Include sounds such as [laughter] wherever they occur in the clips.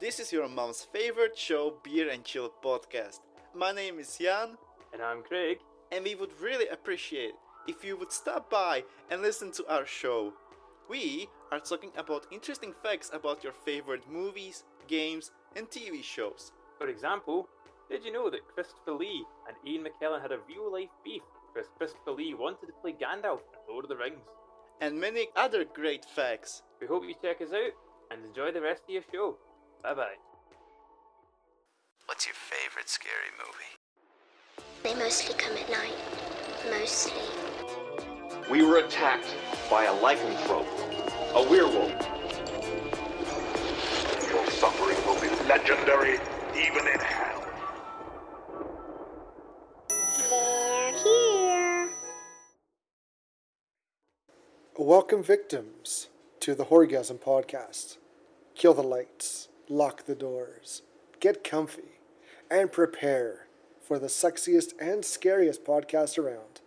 This is your mom's favorite show, Beer and Chill podcast. My name is Jan, And I'm Craig. and we would really appreciate if you would stop by and listen to our show. We are talking about interesting facts about your favorite movies, games, and TV shows. For example, did you know that Christopher Lee and Ian McKellen had a real life beef because Christopher Lee wanted to play Gandalf in Lord of the Rings? and many other great facts. We hope you check us out and enjoy the rest of your show. Bye bye. What's your favorite scary movie? They mostly come at night. Mostly. We were attacked by a lycanthrope, a werewolf. Your suffering will be legendary even in hell. They're here. Welcome, victims, to the Horgasm Podcast. Kill the lights, lock the doors, get comfy, and prepare for the sexiest and scariest podcast around.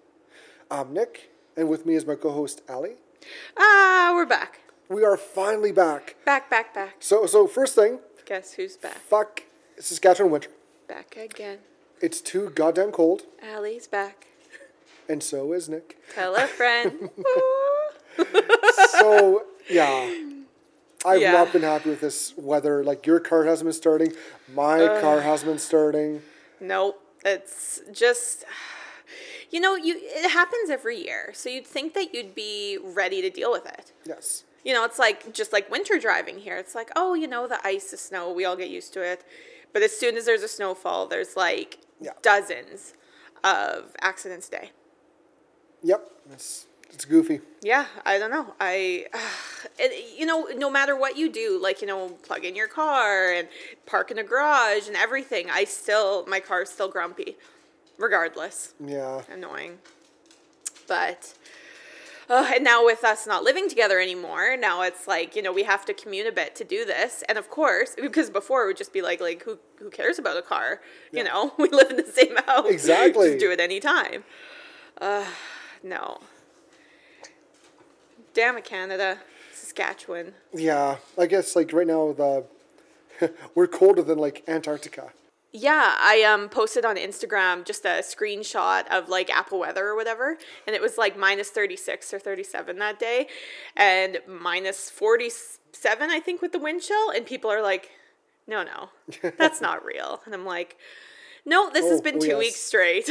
I'm Nick, and with me is my co host, Ali. Ah, we're back. We are finally back. Back, back, back. So, so first thing, Guess who's back? fuck Saskatchewan winter. Back again. It's too goddamn cold, Allie's back. and so is Nick. Tell a friend. [laughs] Ooh. so yeah i've Yeah. not been happy with this weather like your car hasn't been starting my car hasn't been starting nope. It's just you know, you it happens every year. So you'd think that you'd be ready to deal with it. yes You know, it's like just like winter driving here. It's like, oh, you know, the ice, the snow, we all get used to it. But as soon as there's a snowfall, there's like Yeah. dozens of accidents a day. yep it's, it's goofy Yeah, I don't know. I, [sighs] it, you know, no matter what you do, like you know, plug in your car and park in a garage and everything. I still, my car's still grumpy, regardless. yeah Annoying, but. Uh, and now with us not living together anymore, now it's like you know we have to commute a bit to do this. And of course, because before it would just be like like who who cares about a car? You know, [laughs] we live in the same house. Exactly. just do it anytime. Uh, no. Damn it, Canada, Saskatchewan. yeah i guess like right now the [laughs] we're colder than like antarctica Yeah, I um posted on Instagram just a screenshot of like Apple weather or whatever, and it was like minus 36 or 37 that day and minus 47 I think with the wind chill and people are like no, [laughs] no. That's not real. And I'm like no, this has Oh, been oh, two yes. weeks straight.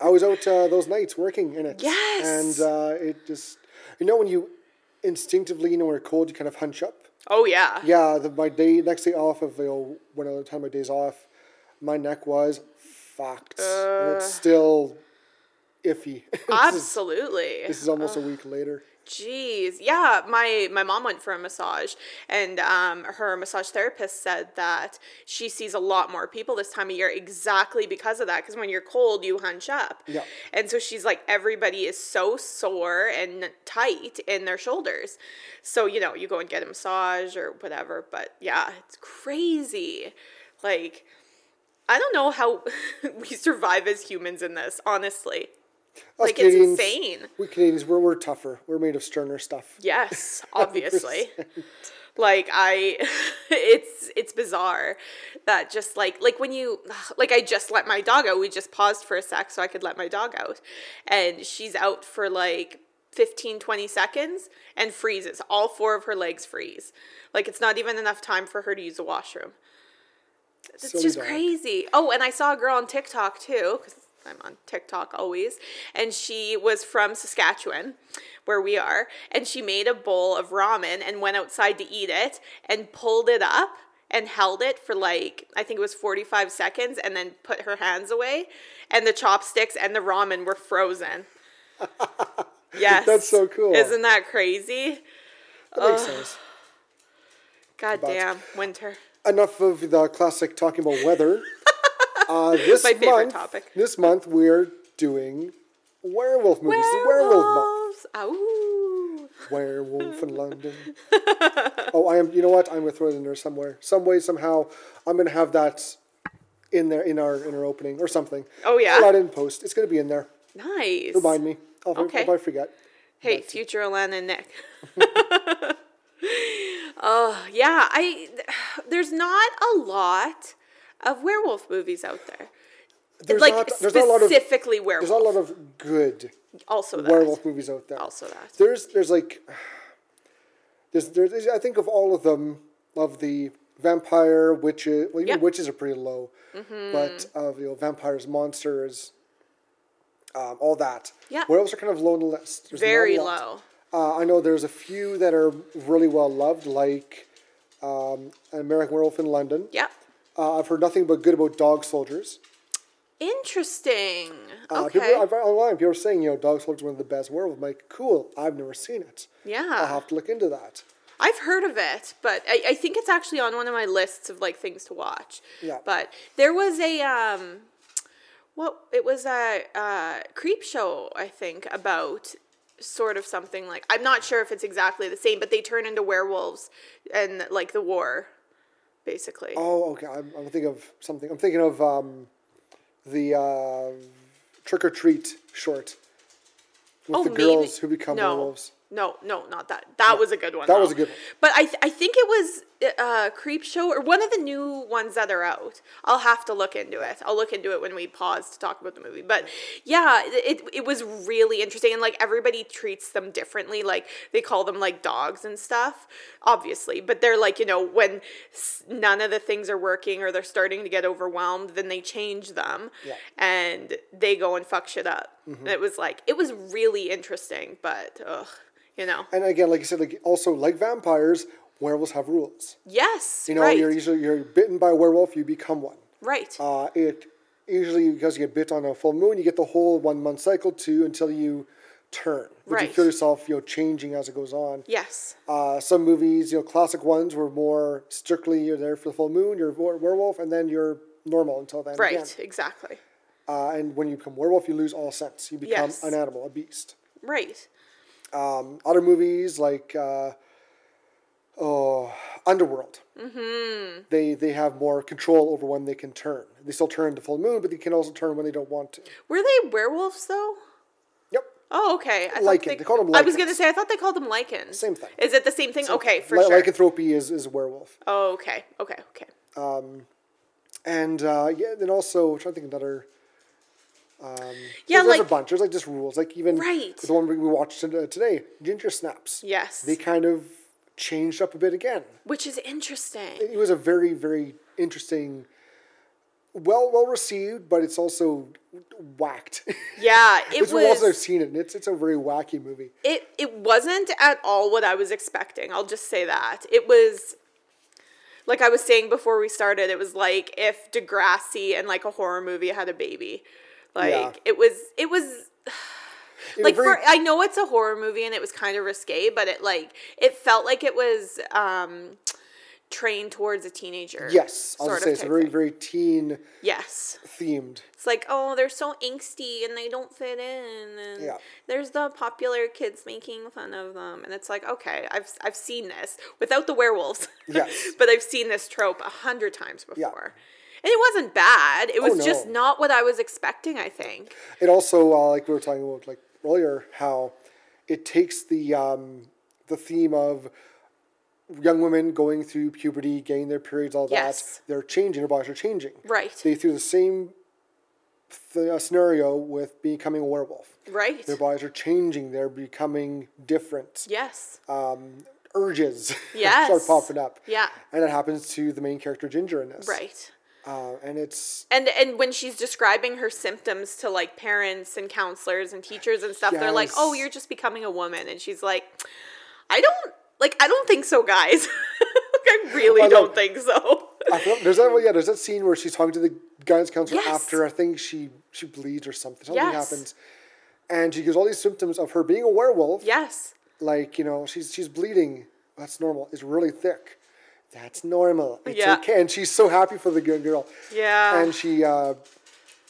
[laughs] i was out uh, those nights working in it Yes. and uh, it just you know when you instinctively you know when you're cold you kind of hunch up oh yeah. yeah the, my day next day off of you know when I had my days off my neck was fucked Uh. and it's still iffy [laughs] Absolutely. this is almost Uh. a week later Jeez, yeah. My my mom went for a massage, and um, her massage therapist said that she sees a lot more people this time of year exactly because of that. Because when you're cold, you hunch up. Yeah. And so she's like, everybody is so sore and tight in their shoulders. So you know, you go and get a massage or whatever. But yeah, it's crazy. Like, I don't know how [laughs] we survive as humans in this. Honestly, Us Like, it's insane. we Canadians we're, we're tougher we're made of sterner stuff Yes, obviously. like I [laughs] it's it's bizarre that just like like when you [sighs] like I just let my dog out. We just paused for a sec so I could let my dog out. And she's out for like 15 20 seconds and freezes. All four of her legs freeze. Like it's not even enough time for her to use the washroom. It's Silly just dog. crazy. Oh, and I saw a girl on TikTok too, because I'm on TikTok always, and she was from Saskatchewan, where we are, and she made a bowl of ramen and went outside to eat it and pulled it up and held it for like I think it was 45 seconds and then put her hands away and the chopsticks and the ramen were [laughs] frozen. yes. That's so cool. Isn't that crazy? that makes sense Goddamn winter. enough of the classic talking about weather [laughs] uh, this My favorite month topic. this month we're doing werewolf movies It's werewolf month Werewolves. Ow. werewolf in [laughs] London. oh, I am. You know what? I'm gonna throw it in there somewhere, some way, somehow. I'm gonna have that in there in our in our opening or something. Oh, yeah? I'll not in post. It's gonna be in there. Nice. Remind me. I'll, Okay. If I forget. Hey, [laughs] future Alana and Nick. oh yeah, I there's not a lot of werewolf movies out there. There's like not, there's not a lot of specifically there's werewolf. not a lot of good also that. werewolf movies out there. Also that. There's there's like there's there's I think of all of them of the vampire witches. Well, even Yeah. witches are pretty low, Mm-hmm. but of you know vampires, monsters, um, all that. Yeah. Werewolves are kind of low on the list. There's not a Very lot. low. Uh, I know there's a few that are really well loved, like um, An American Werewolf in London. Yep. Uh, I've heard nothing but good about Dog Soldiers. Interesting. Uh, okay. people, I've read online, people are saying, you know, Dog Soldiers is one of the best werewolves. I'm like, cool, I've never seen it. I'll yeah. have to look into that. I've heard of it, but I, I think it's actually on one of my lists of like things to watch. Yeah. But there was a um, what it was a uh, creep show I think about sort of something like I'm not sure if it's exactly the same, but they turn into werewolves and like the war, basically. Oh, okay. I'm, I'm thinking of something. I'm thinking of um, the uh, Trick or Treat short with the girls who become Oh, no. werewolves. No, no, not that. That was a good one. That though. was a good one. But I, th- I think it was uh, Creep Show or one of the new ones that are out. I'll have to look into it. I'll look into it when we pause to talk about the movie. But yeah, it, it- it was really interesting. And like everybody treats them differently. Like they call them like dogs and stuff, obviously. But they're like, you know, when s- none of the things are working or they're starting to get overwhelmed, then they change them and they go and fuck shit up. Mm-hmm. And it was like, it was really interesting. But, ugh, you know. And again, like you said, like also like vampires, werewolves have rules. Yes. You know, right. you're usually you're bitten by a werewolf, you become one. right. Uh, it usually because you get bit on a full moon, you get the whole one month cycle to until you turn, which you Right. feel yourself you know changing as it goes on. yes. Uh, some movies, you know, classic ones were more strictly you're there for the full moon, you're were- werewolf, and then you're normal until then. Right. Again. Exactly. Uh, and when you become werewolf, you lose all sense. You become Yes. an animal, a beast. Right. Other movies like uh, oh, Underworld. Mm-hmm. They they have more control over when they can turn. They still turn to full moon, but they can also turn when they don't want to. Were they werewolves though? Yep. Oh, okay. I thought Lycan. They called 'em I was lycans. going to say I thought they called them lycans. Same thing. Is it the same thing? okay, for Ly- sure. Lycanthropy is is a werewolf. oh, okay. Okay. Okay. And uh, yeah, then also I'm trying to think of another. Yeah, there's like a bunch. There's like just rules. Like even Right. the one we we watched to- today, Ginger Snaps. yes, They kind of changed up a bit again. which is interesting. It was a very very interesting, well well received, but it's also whacked. [laughs] Yeah, it Which we've also was. seen it. And it's it's a very wacky movie. It it wasn't at all what I was expecting. I'll just say that it was. Like I was saying before we started, it was like if Degrassi and like a horror movie had a baby. Like Yeah. it was, it was It was like very- for I know it's a horror movie and it was kind of risque, but it like it felt like it was um trained towards a teenager. yes, I was sort gonna of say it's a type very thing. very teen yes. themed. It's like oh, they're so angsty and they don't fit in, and Yeah. there's the popular kids making fun of them, and it's like okay, I've I've seen this without the werewolves. [laughs] Yes. but I've seen this trope a hundred times before. Yeah. Oh, And it wasn't bad. It was just no. not what I was expecting, I think. It also, uh, like we were talking about like earlier, how it takes the um, the theme of young women going through puberty, getting their periods, all Yes. that. They're changing. Their bodies are changing. Right. They threw the same th- uh, scenario with becoming a werewolf. Right. Their bodies are changing. They're becoming different. Yes. Urges [laughs] Yes. start popping up. Yeah. And it happens to the main character Ginger in this. Right. Uh, and it's And and when she's describing her symptoms to like parents and counselors and teachers and stuff, they're like, Yes. "Oh, you're just becoming a woman," and she's like, "I don't like I don't think so, guys. [laughs] I really I don't don't- think so." I forgot- there's that yeah, there's that scene where she's talking to the guidance counselor Yes. after I think she she bleeds or something. Something Yes. happens. And she gives all these symptoms of her being a werewolf. [laughs] yes, Like, you know, she's she's bleeding. That's normal. It's really thick. That's normal. It's Yeah. okay. And she's so happy for the good girl. Yeah. And she uh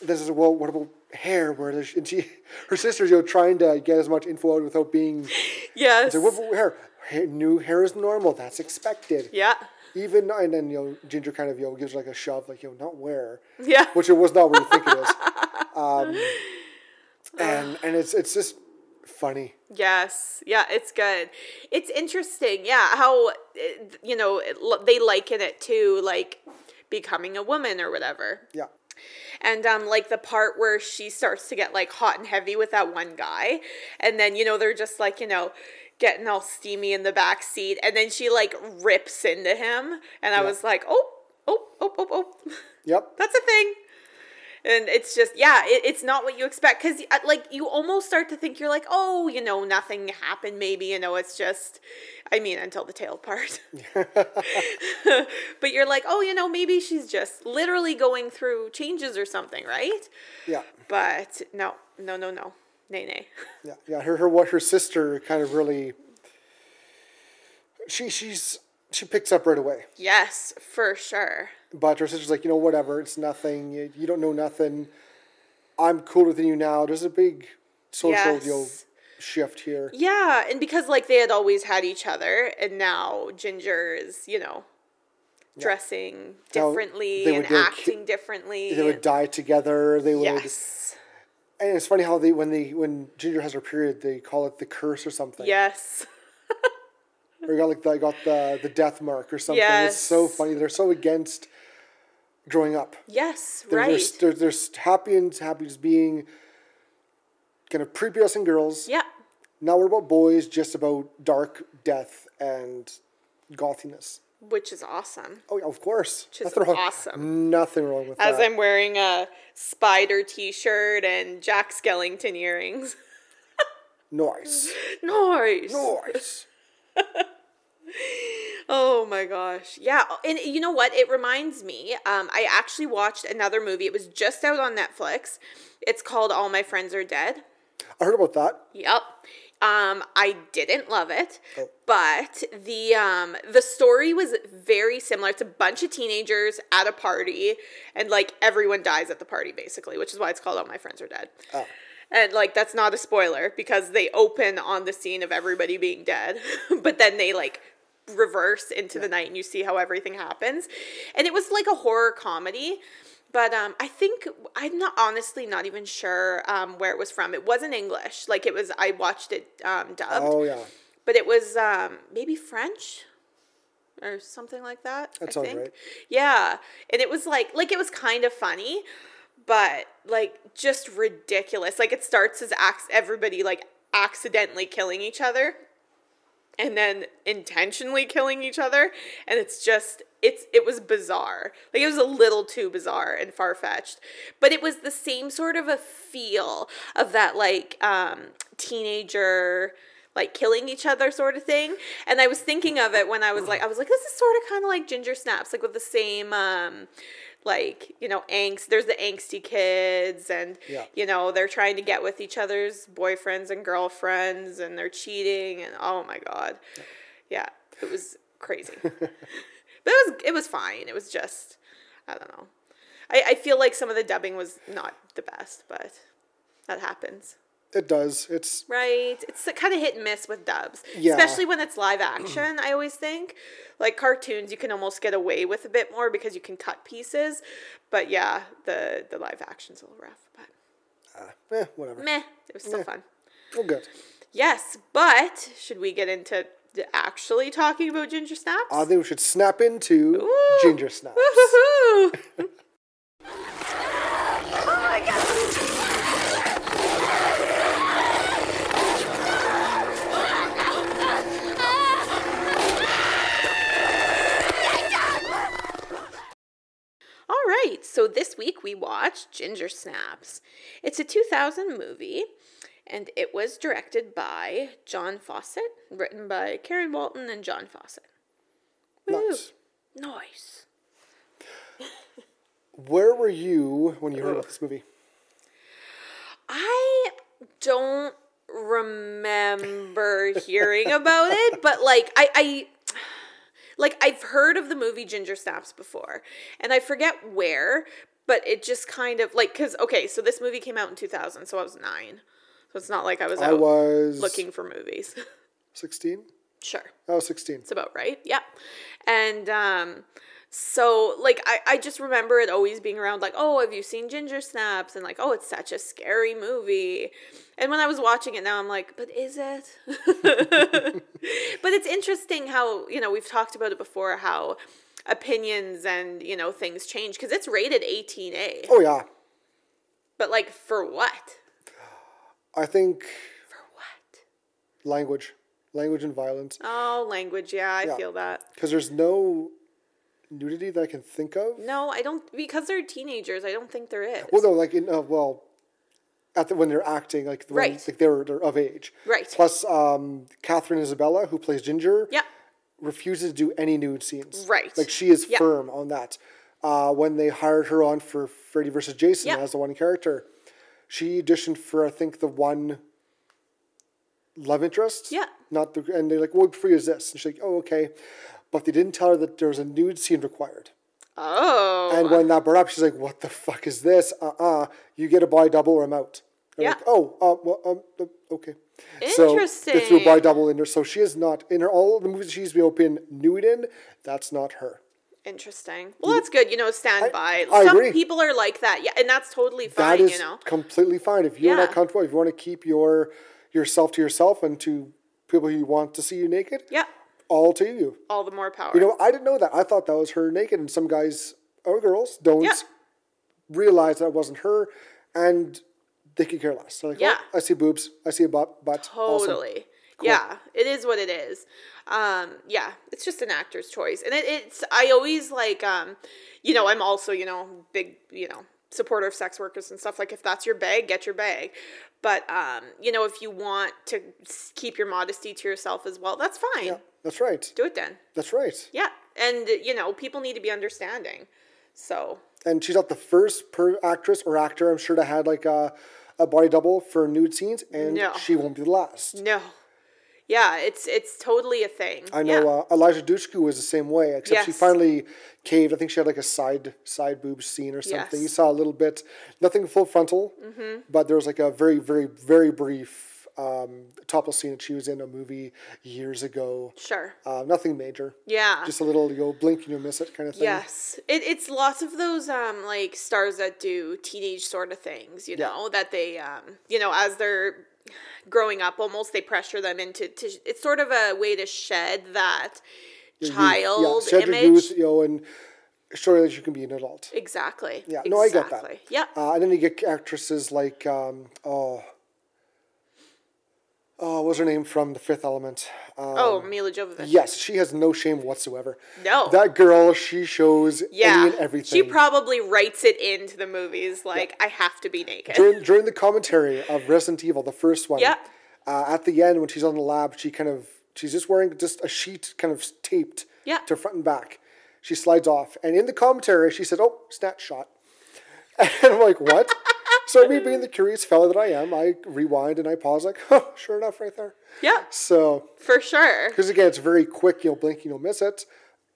this is well what about hair where there's and she [laughs] her sister's you know trying to get as much info out without being yes, so what about hair? hair new hair is normal, that's expected. yeah, Even and then you know Ginger kind of you know gives her like a shove like you know not where, yeah, which it was not what you think it is, um, and and it's it's just funny. [laughs] Yes. Yeah, it's good. It's interesting. Yeah, how uh, you know, it- they liken it to like becoming a woman or whatever. Yeah. and um like the part where she starts to get like hot and heavy with that one guy and then you know they're just like you know getting all steamy in the back seat and then she like rips into him and i was like oh oh oh oh oh Yep. that's a thing and it's just yeah it, it's not what you expect because like you almost start to think you're like oh you know nothing happened maybe you know it's just i mean until the tail [laughs] part [laughs] but you're like oh you know maybe she's just literally going through changes or something right Yeah. but no no no no nay nay [laughs] Yeah. Yeah. Her her what her sister kind of really she she's she picks up right away. yes for sure But her sister's like, you know, whatever, it's nothing. You, you don't know nothing. I'm cool with you now. There's a big social Yes. you know, shift here. yeah and because like they had always had each other and now ginger is you know dressing Now, differently they would and do a ki- acting differently They would die together. They would, Yes. and it's funny how they when they when Ginger has her period, they call it the curse or something. Yes. or got like the, got the the death mark or something. It's so Yes. funny. They're so against growing up. Yes. They're, right. They're, they're, they're happy and happy just being kind of prepubescent girls. yeah. Now we're about boys, just about dark death and gothiness. Which is awesome. Oh yeah, of course. Which is wrong. awesome. Nothing wrong with As that. I'm wearing a spider t shirt and Jack Skellington earrings. [laughs] Noise. nice. Noise. Oh my gosh. Yeah. And you know what? It reminds me. Um, I actually watched another movie. It was just out on Netflix. It's called All My Friends Are Dead. I heard about that. Yep. Um, I didn't love it, but the um the story was very similar. It's a bunch of teenagers at a party, and like everyone dies at the party basically, which is why it's called "All My Friends Are Dead." And like that's not a spoiler because they open on the scene of everybody being dead, [laughs] but then they like reverse into the night and you see how everything happens, and it was like a horror comedy. But um, I think I'm not honestly not even sure um, where it was from. It wasn't English. Like it was, I watched it um, dubbed, Oh yeah. but it was um, maybe French or something like that. That I sounds think. right. Yeah, and it was like like it was kind of funny, but like just ridiculous. Like it starts as acts everybody like accidentally killing each other, and then intentionally killing each other, and it's just it's it was bizarre. Like it was a little too bizarre and far fetched, but it was the same sort of a feel of that like um, teenager like killing each other sort of thing. And I was thinking of it when I was like, I was like, this is sort of kind of like Ginger Snaps, like with the same, um, like you know, angst. There's the angsty kids, and Yeah. you know they're trying to get with each other's boyfriends and girlfriends, and they're cheating, and oh my god, yeah, it was crazy. but it was it was fine. It was just, I don't know. I, I feel like some of the dubbing was not the best, but that happens. It does. It's Right. It's kind of hit and miss with dubs, Yeah. especially when it's live action. I always think, like cartoons, you can almost get away with a bit more because you can cut pieces. But yeah, the the live action's a little rough. But eh, whatever. meh, it was still Yeah. fun. Well good. Yes, but should we get into d- actually talking about ginger snaps? I think we should snap into Ooh. Ginger [laughs] Snaps. Woohoo! [laughs] All right, so this week we watched Ginger Snaps. It's a 2000 movie, and it was directed by John Fawcett, written by Karen Walton and John Fawcett. Woo. Nice. Nice. Where were you when you heard about this movie? I don't remember hearing about it, but like I, I like I've heard of the movie Ginger Snaps before, and I forget where, but it just kind of like because okay, so this movie came out in two thousand, so I was nine, so it's not like I was I out was looking for movies. [laughs] 16? sure. I was 16. It's about right. Yeah. And um, So like I, I just remember it always being around like, oh, have you seen Ginger Snaps? And like, oh, it's such a scary movie. And when I was watching it now, I'm like, but is it? [laughs] but it's interesting how, you know, we've talked about it before, how opinions and, you know, things change because it's rated 18A. Oh yeah, But like for what? I think For what? language, language and violence, Oh, language. Yeah, I feel that. because there's no nudity that I can think of. No, I don't because they're teenagers. I don't think there is. Well, no, like in uh, well, at the, when they're acting, like when, Right. like they're they're of age. Right. Plus, um, Catherine Isabella, who plays Ginger, yeah. refuses to do any nude scenes. Right. Like she is Yeah. firm on that. Uh, when they hired her on for Freddy versus Jason Yeah. as the one character, she auditioned for I think the one love interest. Yeah. Not the and they're like, "What for you is this?" And she's like, "Oh, okay," but they didn't tell her that there was a nude scene required. Oh. And when that brought up, she's like, "What the fuck is this? Uh uh You get a buy double or I'm out." They're Yeah. Like, oh, uh, well, um, uh, okay. So they threw a buy Interesting. double in her. So she is not in her all the movies she's been open nude in. That's not her. Interesting. Well, that's good. You know, stand by. I Some agree. people are like that. Yeah, and that's totally That fine, is you know. completely fine. If you're not Yeah. comfortable, if you want to keep your yourself to yourself and to people who you want to see you naked, Yeah. all to you. All the more power. You know, I didn't know that. I thought that was her naked, and some guys or girls don't Yeah. realize that wasn't her, and they could care less. They're like, Yeah. oh, I see boobs, I see a butt, butt. awesome." totally. Yeah, it is what it is. Um, yeah, it's just an actor's choice, and it, it's. I always like, um, you know, I'm also you know big, you know, supporter of sex workers and stuff. Like, if that's your bag, get your bag. But um, you know, if you want to s- keep your modesty to yourself as well, that's fine. That's right. Do it then. That's right. Yeah, and you know, people need to be understanding. So And she's not the first per actress or actor, I'm sure, to had like a, a body double for nude scenes, and No. she won't be the last. no, yeah, it's it's totally a thing. I know Yeah. uh, Elijah Dushku was the same way, except she Yes. finally caved. I think she had like a side side boob scene or something. Yes. Mm-hmm. You saw a little bit, nothing full frontal, but there was like a very, very, very brief um, topless scene that she was in a movie years ago. sure. Uh, nothing major. Yeah. Just a little, you'll blink and you'll miss it kind of thing. Yes, it, it's lots of those um like stars that do teenage sort of things, you know, that they um you know as they're growing up, almost they pressure them into to, it's sort of a way to shed that Youth- yeah, child shed your image. youth, you know, and show that you can be an adult. Exactly. Yeah, no, I get that. Yeah. Uh, and then you get actresses like, um, oh, oh, what was her name from The Fifth Element? oh, Um, Mila Jovovich. Yes, she has no shame whatsoever. No. That girl, she shows Yeah. any and everything. She probably writes it into the movies like I have to be naked. during, during the commentary of Resident Evil, the first one. Yep. Uh, at the end, when she's on the lab, she kind of she's just wearing just a sheet, kind of taped Yeah. to front and back. She slides off, and in the commentary, she said, "Oh, snatch shot," [laughs] and I'm like, "What?" so me being the curious fellow that I am, I rewind and I pause, like, "Huh, sure enough, right there." yeah, So, for sure. because again, it's very quick. You'll blink, and you'll miss it.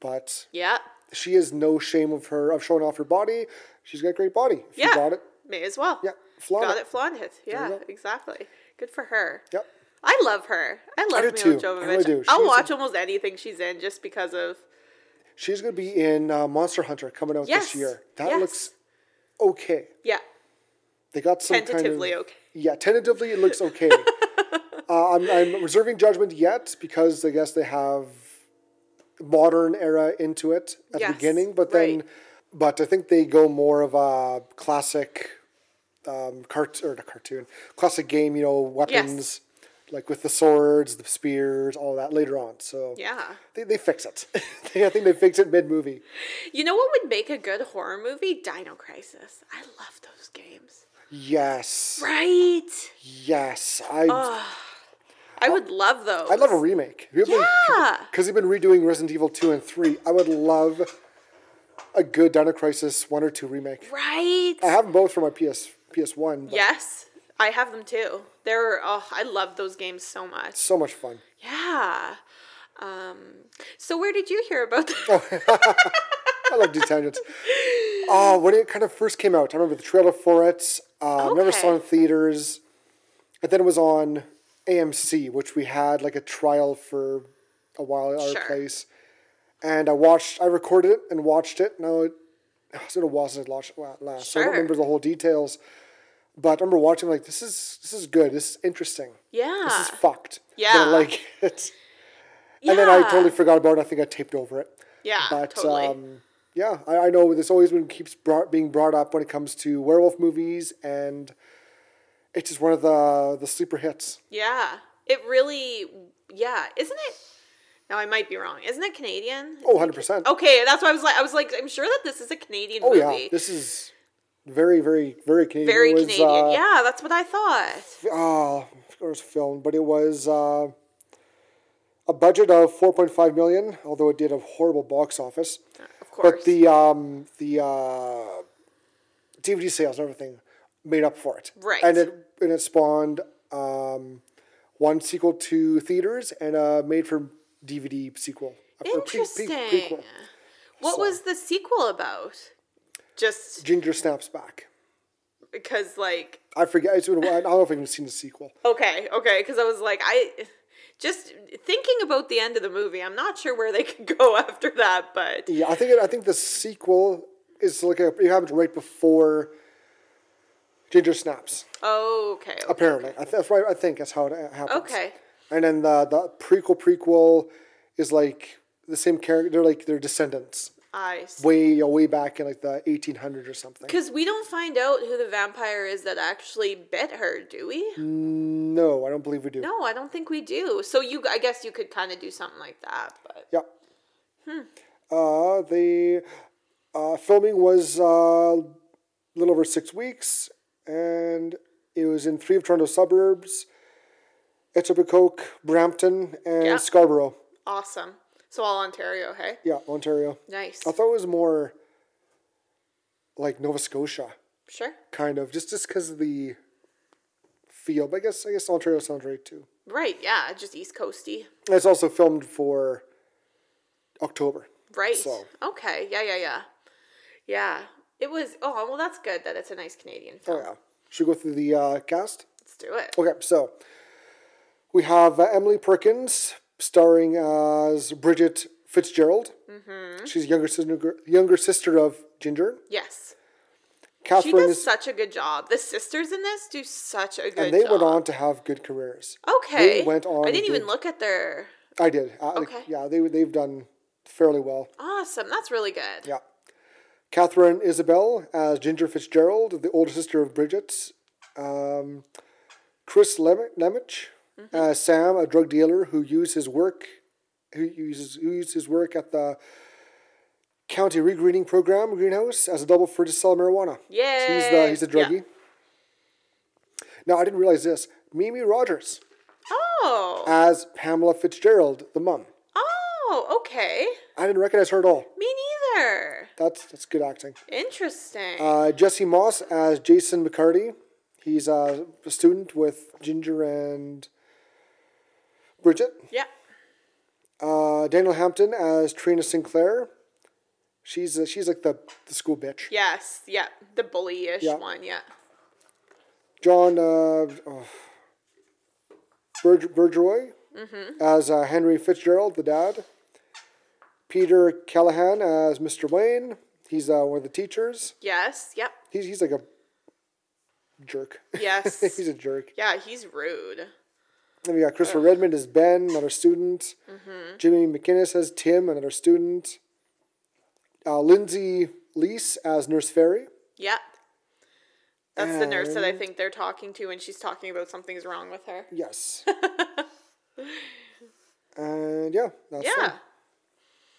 But Yeah. she has no shame of her of showing off her body. She's got a great body. If Yeah. you got it, May as well. yeah, flaunt Got it. it flaunted. Yeah, go. exactly. Good for her. Yep. I love her. I love do Mila too. I Jovovich. really do. I'll She's watch almost anything she's in just because of She's gonna be in uh, Monster Hunter coming out yes. this year. That yes. looks okay. yeah They got some tentatively kind of, okay. Yeah, tentatively it looks [laughs] okay. uh, I'm, I'm reserving judgment yet because I guess they have modern era into it at Yes, the beginning, but then, right. but I think they go more of a classic, um, cart or not cartoon, classic game. You know, weapons like with the swords, the spears, all that later on. So Yeah. they, they fix it. [laughs] I think they fix it mid movie. You know what would make a good horror movie? Dino Crisis. I love those games. Yes. Right. Yes. I I would love those. I love a remake. Yeah. Because they've been redoing Resident Evil 2 and 3. I would love a good Dino Crisis 1 or 2 remake. Right. I have them both for my PS, PS1. But yes, I have them too. They're oh, I love those games so much. So much fun. Yeah. Um, so where did you [laughs] hear about that? Oh, I love these tangents. Oh, when it kind of first came out, I remember the trailer for it. Uh, I never saw it in Okay. theaters. And then it was on AMC, which we had like a trial for a while at our Sure. place. and I watched, I recorded it and watched it. Now it, [sighs] it's been a while since I watched it la- last, so I don't Sure. remember the whole details. But I remember watching like this is this is good. This is interesting. [laughs] Yeah. This is fucked. but Yeah. I like [laughs] it. yeah. And then I totally forgot about it. I think I taped over it. Yeah, [laughs] But totally. um, yeah, I, I know this always been keeps brought, being brought up when it comes to werewolf movies, and it's just one of the the sleeper hits. yeah. It really, yeah. Isn't it? Now I might be wrong. Isn't it Canadian? Oh, 100 percent. Okay, that's why I was like, I was like, I'm sure that this is a Canadian Oh movie. yeah, this is very, very, very Canadian. Very It was, Canadian. uh, yeah, that's what I thought. Uh, it was filmed, but it was uh, a budget of 4.5 million, although it did a horrible box office. Of course. But the um, the uh, DVD sales and everything made up for it. Right. And it and it spawned um, one sequel to theaters and a made for DVD sequel. or pre- pre- Interesting. prequel. What was the sequel about? Just Ginger snaps back. because, like, I forget. It's been a while. I don't know if I've even seen the sequel. okay, okay, because I was like, I just thinking about the end of the movie. I'm not sure where they [laughs] could go after that, but Yeah, I think it, I think the sequel is like a, it happened right before Ginger snaps. okay, okay, Apparently, I th- that's right. I think that's how it happens. okay, And then the the prequel prequel is like the same character. They're like their descendants, I see. way you know, way back in like the 1800s or something. Because we don't find out who the vampire is that actually bit her, do we? No, I don't believe we do. No, I don't think we do. So you, I guess you could kind of do something like that, but Yeah. Hmm. Uh, the uh, filming was uh, a little over six weeks, and it was in three of Toronto suburbs: Etobicoke, Brampton, and Yeah. Scarborough. awesome. So all Ontario, hey, Yeah, Ontario. nice, I thought it was more like Nova Scotia, sure, kind of, just just because of the feel. But I guess I guess Ontario sounds right too. right? Yeah, just East Coasty, And it's also filmed for October. right? So- Okay, yeah, yeah, yeah, yeah. It was. Oh, well, that's good that it's a nice Canadian film. Oh yeah. Should we go through the uh, cast? Let's do it. Okay, so we have uh, Emily Perkins starring as Bridget Fitzgerald. Mm-hmm. She's younger sister, younger sister of Ginger. Yes, she Catherine does is, such a good job. The sisters in this do such a good. and they job. went on to have good careers. Okay, They went on. I and didn't even did- look at their. I did. Uh, like, Okay. yeah, they they've done fairly well. Awesome. That's really good. Yeah. Catherine Isabel as Ginger Fitzgerald, the older sister of Bridget. Um, Chris Lem- Lemich as Sam, a drug dealer who used his work, who uses who used his work at the county regreening program greenhouse as a double for to sell marijuana. Yay. So he's the he's a Yeah. druggie. Now I didn't realize this. Mimi Rogers Oh. as Pamela Fitzgerald, the mum. Oh. Okay. I didn't recognize her at all. Me neither. That's that's good acting. Interesting. Uh, Jesse Moss as Jason McCarty. He's uh, a student with Ginger and Bridget. yeah. Uh, Daniel Hampton as Trina Sinclair. She's uh, she's like the, the school bitch. Yes. Yeah. The bully-ish Yeah. one. Yeah. John uh, oh, Berg- Bergeroy as uh, Henry Fitzgerald, the dad. Peter Callahan as Mr. Wayne. He's uh, one of the teachers. Yes. Yep. He's, he's like a jerk. Yes. [laughs] he's a jerk. yeah. He's rude. Then we got Christopher Redmond as Ben, another student. Mm-hmm. Jimmy McInnes as Tim, another student. Uh, Lindsay Lease as Nurse Fairy. Yep. That's the nurse that I think they're talking to, and she's talking about something's wrong with her. [laughs] Yes. and yeah, that's Yeah. them.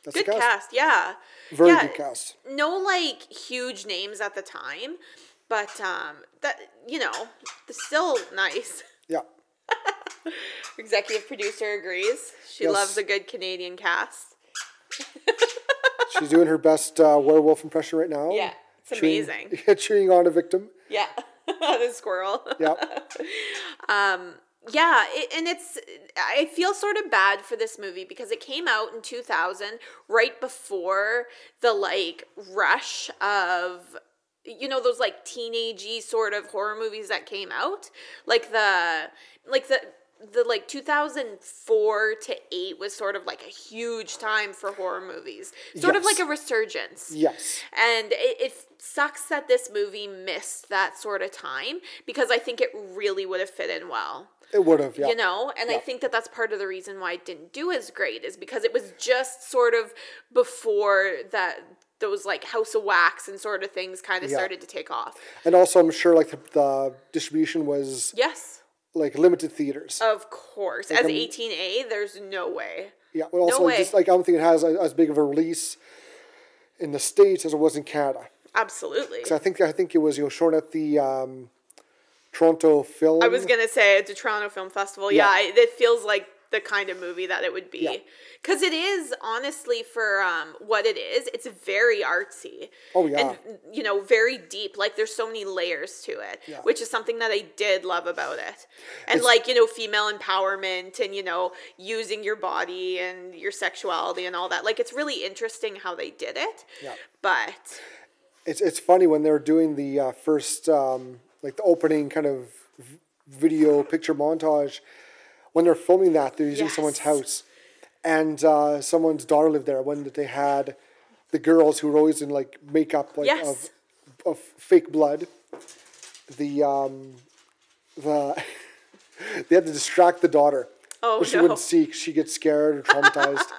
That's Good the cast. cast. Yeah. Very Yeah. good cast. No like huge names at the time, but um, that you know, still nice. [laughs] Yeah. Executive producer agrees. She Yes. loves a good Canadian cast. She's doing her best uh, werewolf impression right now. Yeah, it's Chewing- amazing. [laughs] Chewing on a victim. Yeah, [laughs] the squirrel. Yeah. [laughs] Yeah, it, and it's I feel sort of bad for this movie because it came out in 2000 right before the like rush of you know those like teenagey sort of horror movies that came out like the like the the like 2004 to 8 was sort of like a huge time for horror movies sort of Yes. like a resurgence Yes. and it, it sucks that this movie missed that sort of time because i think it really would have fit in well It would have, yeah. you know and i think that that's part of the reason why it didn't do as great is because it was just sort of before that those like house of wax and sort of things kind of Yeah. started to take off And also, I'm sure like the, the distribution was yes like limited theaters. of course as I'm- 18a there's no way yeah, but also way. just like I don't think it has a, as big of a release in the states as it was in Canada. absolutely So I think I think it was you know shown at the um, Toronto Film. i was gonna say at the toronto film festival yeah, Yeah. it, it feels like the kind of movie that it would Yeah. be because it is honestly for um, what it is it's very artsy Oh, yeah. and you know very deep like there's so many layers to it Yeah. which is something that i did love about it and like you know female empowerment and you know using your body and your sexuality and all that like it's really interesting how they did it Yeah. but It's it's funny when they were doing the uh, first um, like the opening kind of v- video picture montage when they're filming that they're using someone's Yes. house and uh, someone's daughter lived there. When they had the girls who were always in like makeup like Yes. of of fake blood. The um, the [laughs] they had to distract the daughter. Oh, or she no. wouldn't [laughs] see. She gets scared or traumatized.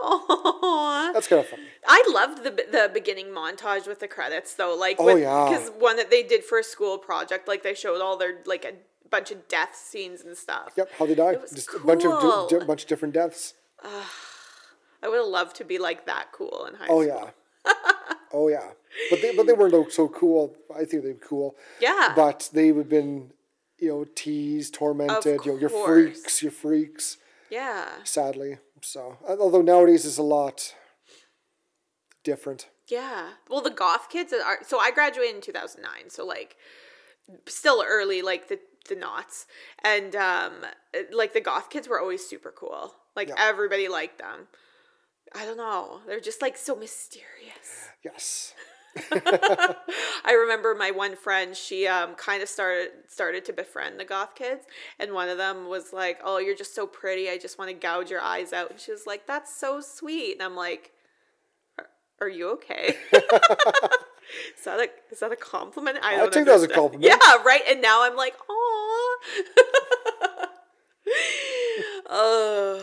Aw. That's kind of funny. I loved the the beginning montage with the credits though, like Oh, with, yeah. because one that they did for a school project, like they showed all their like a bunch of death scenes and stuff. Yep, how they died. It was Just a bunch of di- cool. di- bunch of different deaths. I would have loved to be like that cool in high Oh school. yeah, oh yeah. But they but they weren't like, so cool. I think they'd be cool. Yeah. But they would have been, you know, teased, tormented. you know, you're course. freaks. You're freaks. Yeah. Sadly, so although nowadays it's a lot different. Yeah. Well, the goth kids are so I graduated in 2009, so like still early like the the knots and um it- like the goth kids were always super cool. Like everybody liked them. I don't know. They're just like so mysterious. Yes. I remember my one friend. She um, kind of started started to befriend the goth kids, and one of them was like, "Oh, you're just so pretty. I just want to gouge your eyes out." And she was like, "That's so sweet." And I'm like, "Are- "Are you okay?" [laughs] is that a is that a compliment? I, don't think that was a understand. compliment. Yeah, right. And now I'm like, "Aw." [laughs] oh,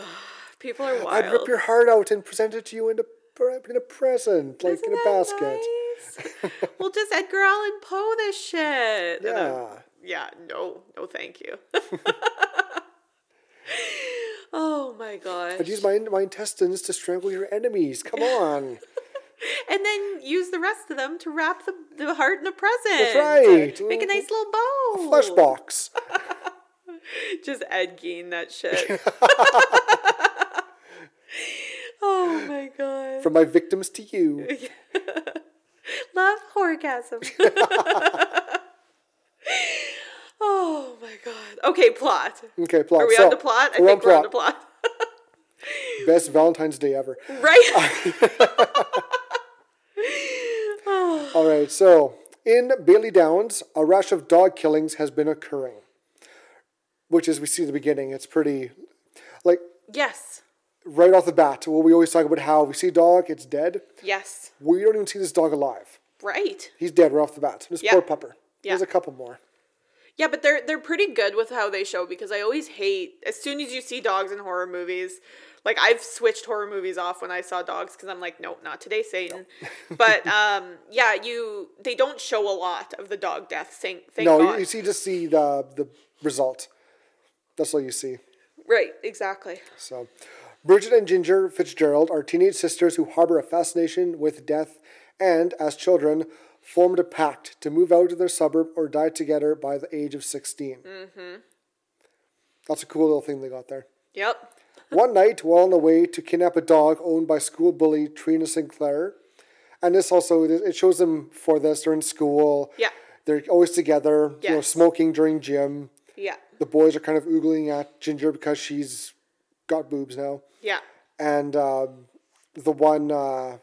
people are wild. I'd rip your heart out and present it to you in a pre- in a present, like Isn't in a that basket. [laughs] nice? well, just Edgar Allan Poe this shit. And I'm- Yeah. yeah, no, no, thank you. [laughs] oh my god. I'd use my my intestines to strangle your enemies. [laughs] Come on. and then use the rest of them to wrap the, the heart in a present. right. Make a nice little bow. Flesh box. Just Ed Gein that [laughs] shit. oh my god. From my victims to you. [laughs] Love [laughs] orgasm. [laughs] oh my god. Okay, plot. Okay, plot. Are we so, on to plot? I we're think on we're on plot. to plot. [laughs] Best Valentine's Day ever. [laughs] right? All right, so in Bailey Downs, a rush of dog killings has been occurring, which, as we see in the beginning, it's pretty like yes. right off the bat. Well, we always talk about how we see a dog, it's dead. Yes. We don't even see this dog alive. Right. He's dead right off the bat. This Yeah. poor pupper. Yeah. There's a couple more. Yeah, but they're they're pretty good with how they show because I always hate as soon as you see dogs in horror movies. Like I've switched horror movies off when I saw dogs because I'm like, nope, not today, Satan. [laughs] [laughs] but um, yeah, you they don't show a lot of the dog death. Thank, thank no, you, God. you see, just see the the result. That's all you see. right, exactly. So, Bridget and Ginger Fitzgerald are teenage sisters who harbor a fascination with death and, as children, formed a pact to move out of their suburb or die together by the age of 16. Mm-hmm. That's a cool little thing they got there. Yep. One night, while on the way to kidnap a dog owned by school bully Trina Sinclair, and this also it shows them for this. They're in school. Yeah. They're always together. You know, Yes. smoking during gym. Yeah. The boys are kind of oogling at Ginger because she's got boobs now Yeah. and um, the one uh,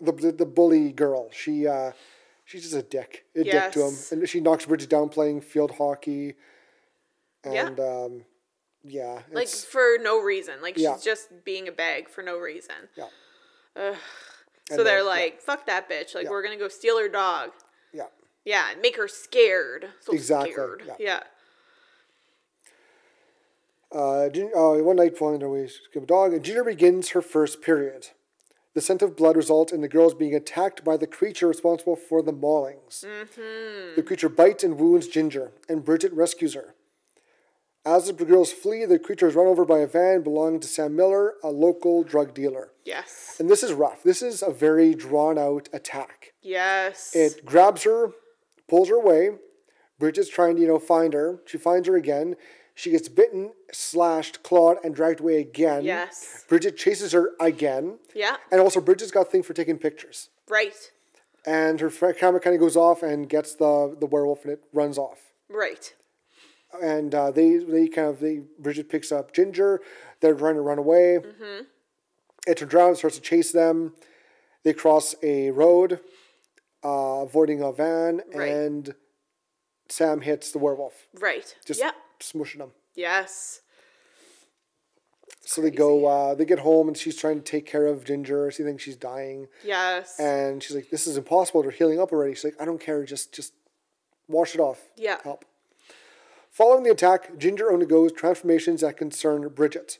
the, the the bully girl she uh, she's just a dick a dick to him Yes. and she knocks Bridget down playing field hockey Yeah. And um, yeah, Like it's- for no reason. Like Yeah. she's just being a bag for no reason. Yeah. Ugh. And So they're then- yeah. like, "Fuck that bitch! Like Yeah. we're gonna go steal her dog. yeah. Yeah, and make her scared. So Exactly, Scared. yeah. yeah. Uh, Gin- uh, one night falling into we skip a dog, and Ginger begins her first period. The scent of blood results in the girls being attacked by the creature responsible for the maulings. The creature bites and wounds Ginger, and Bridget rescues her. As the girls flee, the creature is run over by a van belonging to Sam Miller, a local drug dealer. Yes. And this is rough. This is a very drawn out attack. Yes. It grabs her, pulls her away. Bridget's trying to, you know, find her. She finds her again. She gets bitten, slashed, clawed, and dragged away again. Yes. Bridget chases her again. yeah. And also, Bridget's got a thing for taking pictures. Right. And her fr- camera kind of goes off and gets the, the werewolf and it runs off. Right. And uh, they, they kind of, they, Bridget picks up Ginger. They're trying to run away. Mm-hmm. It turns around, starts to chase them. They cross a road, uh, avoiding a van, Right. and Sam hits the werewolf, Right. just yeah. smushing him. Yes. So they go, uh, they get home, and she's trying to take care of Ginger. She thinks she's dying, Yes. and she's like, "This is impossible. They're healing up already." She's like, "I don't care. Just, just wash it off. Yeah. help." Following the attack, Ginger undergoes transformations that concern Bridget.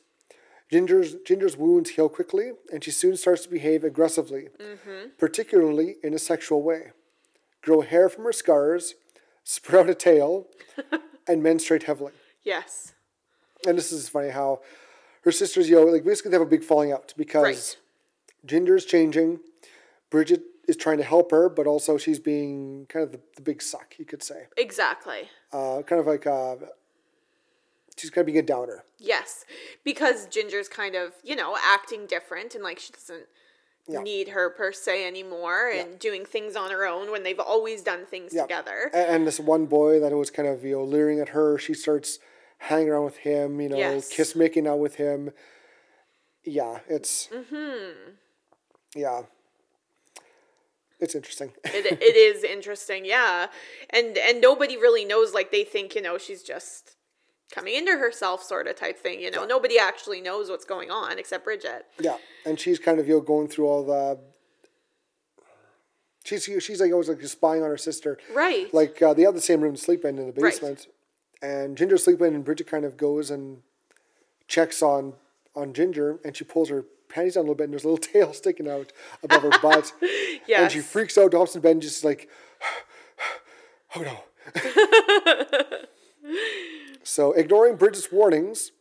Ginger's, Ginger's wounds heal quickly, and she soon starts to behave aggressively, Mm-hmm. particularly in a sexual way. Grow hair from her scars, [laughs] sprout a [laughs] tail, and menstruate heavily. yes. And this is funny how her sisters, yo, like basically they have a big falling out because Right. Ginger's changing. Bridget is trying to help her, but also she's being kind of the, the big suck, you could say. Exactly. Uh, kind of like uh, she's kind of being a downer. Yes, because Ginger's kind of you know acting different and like she doesn't need her per se anymore and doing things on her own when they've always done things together. A- And this one boy that was kind of you know leering at her, she starts hanging around with him, you know, Yes. kiss making out with him. Yeah, it's mm-hmm. yeah, it's interesting. [laughs] it, it is interesting, yeah, and and nobody really knows. Like they think you know she's just coming into herself, sort of type thing. You know, nobody actually knows what's going on except Bridget. yeah, and she's kind of you know going through all the. She's she's like always like spying on her sister. Right. Like uh, they have the same room to sleep in in the Right. basement, and Ginger's sleeping, and Bridget kind of goes and checks on on Ginger, and she pulls her panties down a little bit, and there's a little [laughs] tail sticking out above her [laughs] butt, yes. and she freaks out. Hops in bed and just like, [sighs] oh no. [laughs] so ignoring Bridget's warnings,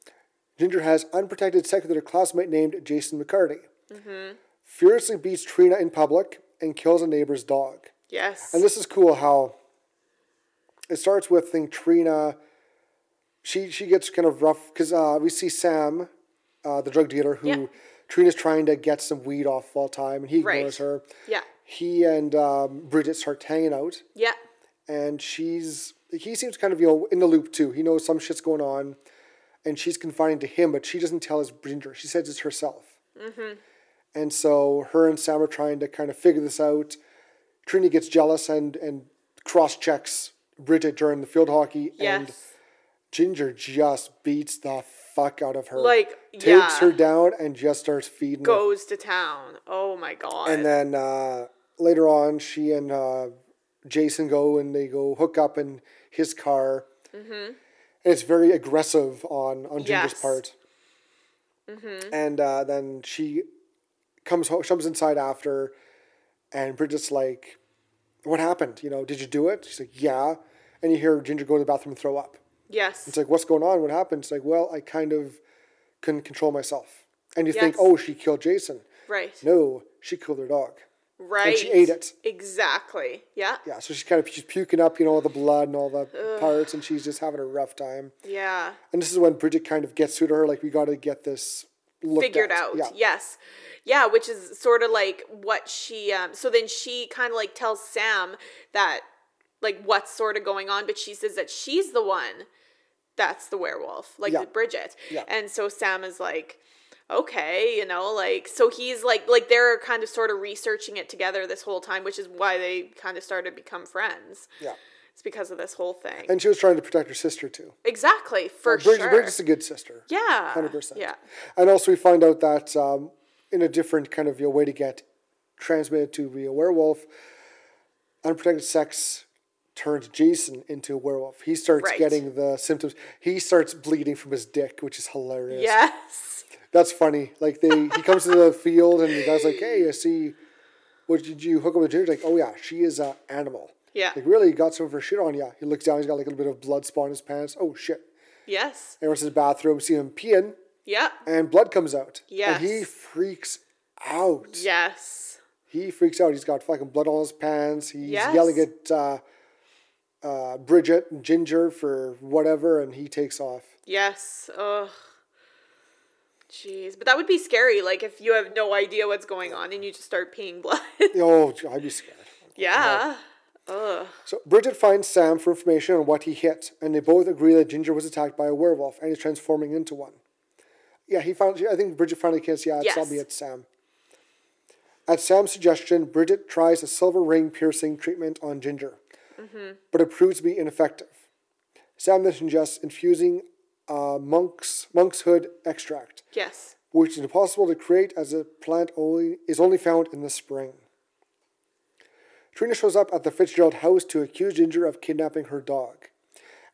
Ginger has unprotected sex with her classmate named Jason McCarty. Mm-hmm. Furiously beats Trina in public and kills a neighbor's dog. yes. And this is cool how it starts with thing Trina. She she gets kind of rough because uh, we see Sam, uh, the drug dealer, who Yeah. Trina's trying to get some weed off all time, and he Right. ignores her. yeah. He and um, Bridget start hanging out, Yeah. and she's he seems kind of you know in the loop too. He knows some shit's going on, and she's confiding to him, but she doesn't tell his Ginger. She says it's herself. Mm-hmm. And so her and Sam are trying to kind of figure this out. Trini gets jealous and and cross checks Bridget during the field hockey, and Yes. Ginger just beats the fuck out of her. Like, takes yeah. her down and just starts feeding. her. Goes to town. Oh my god. And then uh, later on, she and uh, Jason go and they go hook up in his car. And it's very aggressive on on Ginger's Mm-hmm. Yes. Mm-hmm. part. And uh, then she comes home, comes inside after, and Bridget's like, "What happened? You know, did you do it?" She's like, "Yeah." And you hear Ginger go to the bathroom and throw up. yes. It's like, what's going on? What happened? It's like, well, I kind of couldn't control myself. And you think, Yes. oh, she killed Jason. right. No, she killed her dog. Right. she ate it. Exactly. Yeah. Yeah, so she's kind of she's puking up, you know, all the blood and all the parts, and she's just having a rough time. Yeah. And this is when Bridget kind of gets through to her, like, we got to get this looked Figured at. out. Yes. Yeah, which is sort of like what she um so then she kind of like tells Sam that like what's sort of going on, but she says that she's the one that's the werewolf, like Yeah. Bridget. Yeah. And so Sam is like okay, you know, like so he's like like they're kind of sort of researching it together this whole time, which is why they kind of started to become friends. Yeah. It's because of this whole thing. And she was trying to protect her sister too. exactly, for Bridget, sure. Bridget's a good sister. yeah. 100%. Yeah. And also, we find out that um, in a different kind of you know, way to get transmitted to be a werewolf, unprotected sex turns Jason into a werewolf. He starts Right. getting the symptoms. He starts bleeding from his dick, which is hilarious. Yes. That's funny. Like they, he comes to the field and the guy's like, "Hey, I see. What did you hook up with?" Ginger?" Like, "Oh yeah, she is an animal. Yeah. Like really, got some of her shit on ya." He looks down. He's got like a little bit of blood spawn in his pants. Oh shit! Yes. And runs to the bathroom. See him peeing, Yep. and blood comes out. Yes. And he freaks out. Yes. He freaks out. He's got fucking blood on his pants. He's Yes. yelling at uh, uh, Bridget and Ginger for whatever, and he takes off. Yes. Ugh. Jeez. But that would be scary, like if you have no idea what's going on and you just start peeing blood. [laughs] Oh, I'd be scared. yeah. So Bridget finds Sam for information on what he hit, and they both agree that Ginger was attacked by a werewolf and is transforming into one. Yeah, he found. I think Bridget finally gets. Yeah, it's Yes. not me. It's Sam. At Sam's suggestion, Bridget tries a silver ring piercing treatment on Ginger, but it proves to be ineffective. Sam then suggests infusing uh, monk's monkshood extract, Yes. which is impossible to create as a plant only is only found in the spring. Trina shows up at the Fitzgerald house to accuse Ginger of kidnapping her dog.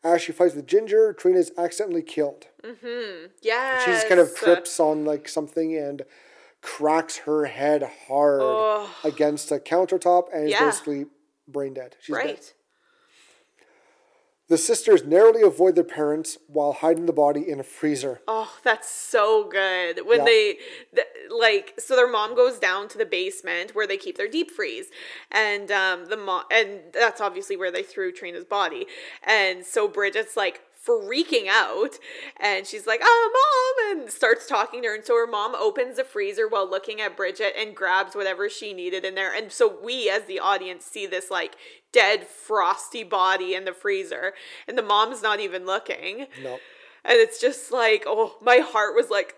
As she fights with Ginger, Trina is accidentally killed. Yes. She just kind of trips on like something and cracks her head hard against a countertop and Yeah. is basically brain dead. She's dead. Right. The sisters narrowly avoid their parents while hiding the body in a freezer. Oh, that's so good. When Yeah. they, th- like, so their mom goes down to the basement where they keep their deep freeze, and um, the mom, and that's obviously where they threw Trina's body, and so Bridget's like freaking out, and she's like, "Oh, mom!" and starts talking to her, and so her mom opens the freezer while looking at Bridget and grabs whatever she needed in there, and so we as the audience see this like dead frosty body in the freezer, and the mom's not even looking. No. And it's just like, oh, my heart was like,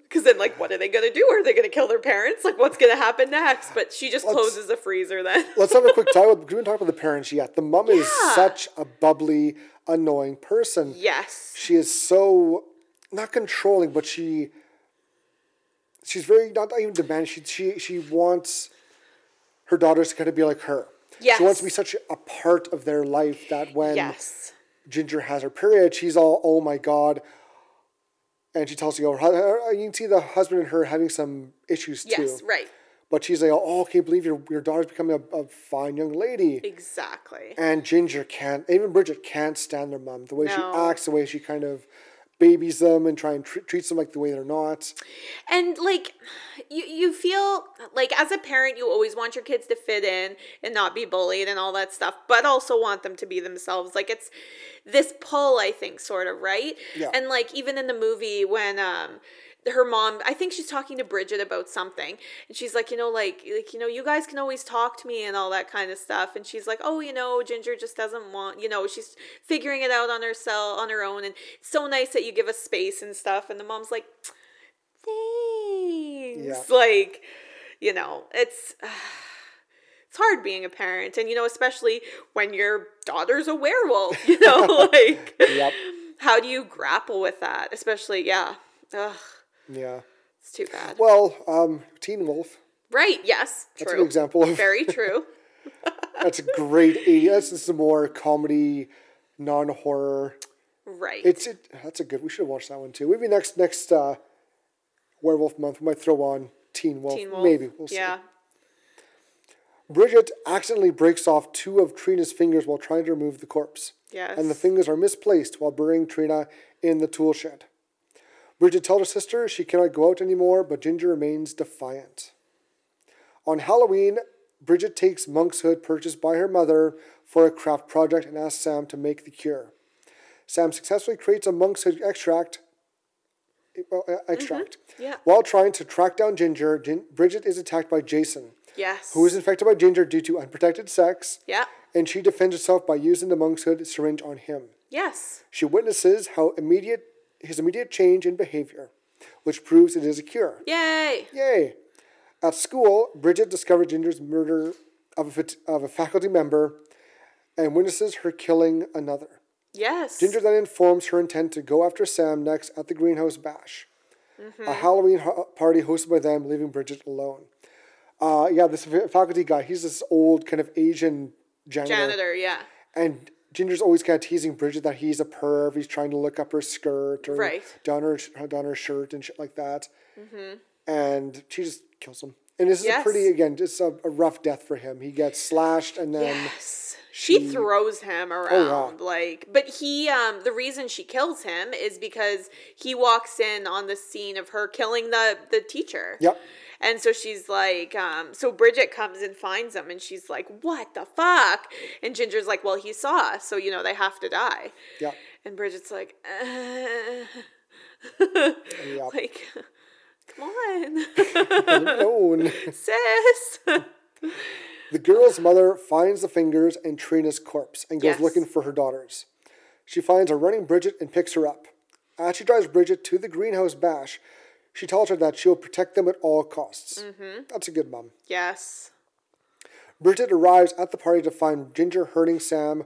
[gasps] because then, like, what are they going to do? Are they going to kill their parents? Like, what's going to happen next? But she just closes the freezer then. Let's have a quick talk. We haven't talked about the parents yet. The mum is Yeah. such a bubbly, annoying person. yes. She is so not controlling, but she she's very not even demanding. She she she wants her daughters to kind of be like her. Yes. She wants to be such a part of their life that when Yes. Ginger has her period, she's all, "Oh my god," and she tells you, "Her hu- you can see the husband and her having some issues Yes. too." Right. But she's like, "Oh, I can't believe your your daughter's becoming a, a fine young lady." Exactly. and Ginger can't, even Bridget can't stand their mom. The way she No. acts, the way she kind of babies them and try and tr- treats them like the way they're not. and like you you feel like as a parent you always want your kids to fit in and not be bullied and all that stuff but also want them to be themselves like it's this pull i think sort of right Yeah. and like even in the movie when um her mom i think she's talking to bridget about something and she's like you know like like you know you guys can always talk to me and all that kind of stuff and she's like oh you know ginger just doesn't want you know she's figuring it out on herself on her own and it's so nice that you give us space and stuff and the mom's like things. Like, you know, it's [sighs] it's hard being a parent, and you know, especially when your daughter's a werewolf. [laughs] You [laughs] know, like, Yep. how do you grapple with that? Especially, yeah, ugh, Yeah. it's too bad. Well, um, Teen Wolf. right? Yes, true. That's an example of. [laughs] Very true. That's a [laughs] great. 80, that's just some more comedy, non horror. Right. It's it, that's a good. We should have watched that one too. Maybe next next uh, Werewolf month we might throw on Teen Wolf. Teen Wolf. Maybe we'll see. yeah. Bridget accidentally breaks off two of Trina's fingers while trying to remove the corpse. Yes. and the fingers are misplaced while burying Trina in the tool shed. Bridget tells her sister she cannot go out anymore, but Ginger remains defiant. On Halloween, Bridget takes monk's hood purchased by her mother for a craft project and asks Sam to make the cure. Sam successfully creates a monk's hood extract. well, uh, extract. yeah. While trying to track down Ginger, Gin- Bridget is attacked by Jason, Yes. who is infected by Ginger due to unprotected sex, Yeah. and she defends herself by using the monk's hood syringe on him. Yes. She witnesses how immediate his immediate change in behavior, which proves it is a cure. Yay. Yay! At school, Bridget discovers Ginger's murder of a, fat- of a faculty member and witnesses her killing another. Yes. Ginger then informs her intent to go after Sam next at the Greenhouse Bash, a Halloween ho- party hosted by them, leaving Bridget alone. Uh, yeah, this fa- faculty guy, he's this old kind of Asian janitor. Janitor, yeah. And Ginger's always kind of teasing Bridget that he's a perv. He's trying to look up her skirt or Right. Mm-hmm. down, her, down her shirt and shit like that. And she just kills him. And this is a Yes. pretty, again, just a, a rough death for him. He gets slashed and then. Yes. She throws him around like but he um the reason she kills him is because he walks in on the scene of her killing the the teacher. Yep. And so she's like, um, so Bridget comes and finds him, and she's like, "What the fuck?" And Ginger's like, "Well, he saw, us, so you know they have to die." Yeah. And Bridget's like, uh, [laughs] like, come on, [laughs] [laughs] Alone. sis. [laughs] The girl's mother finds the fingers and Trina's corpse and goes Yes. looking for her daughters. She finds a running Bridget and picks her up. As she drives Bridget to the greenhouse bash, she tells her that she'll protect them at all costs. Mm-hmm. That's a good mom. yes. Bridget arrives at the party to find Ginger hurting Sam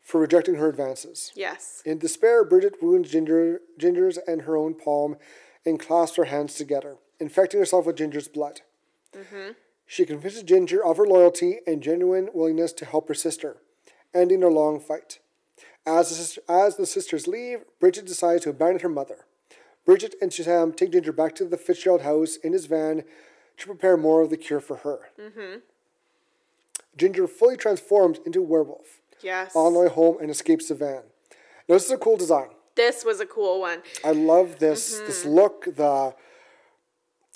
for rejecting her advances. Yes. In despair, Bridget wounds Ginger, Ginger's and her own palm and clasps her hands together, infecting herself with Ginger's blood. She convinces Ginger of her loyalty and genuine willingness to help her sister, ending their long fight. As the, sister, as the sisters leave, Bridget decides to abandon her mother. Bridget and Sam take Ginger back to the Fitzgerald house in his van to prepare more of the cure for her. Ginger fully transforms into a werewolf Yes. on the way home and escapes the van. Now, this is a cool design. This was a cool one. I love this this look. The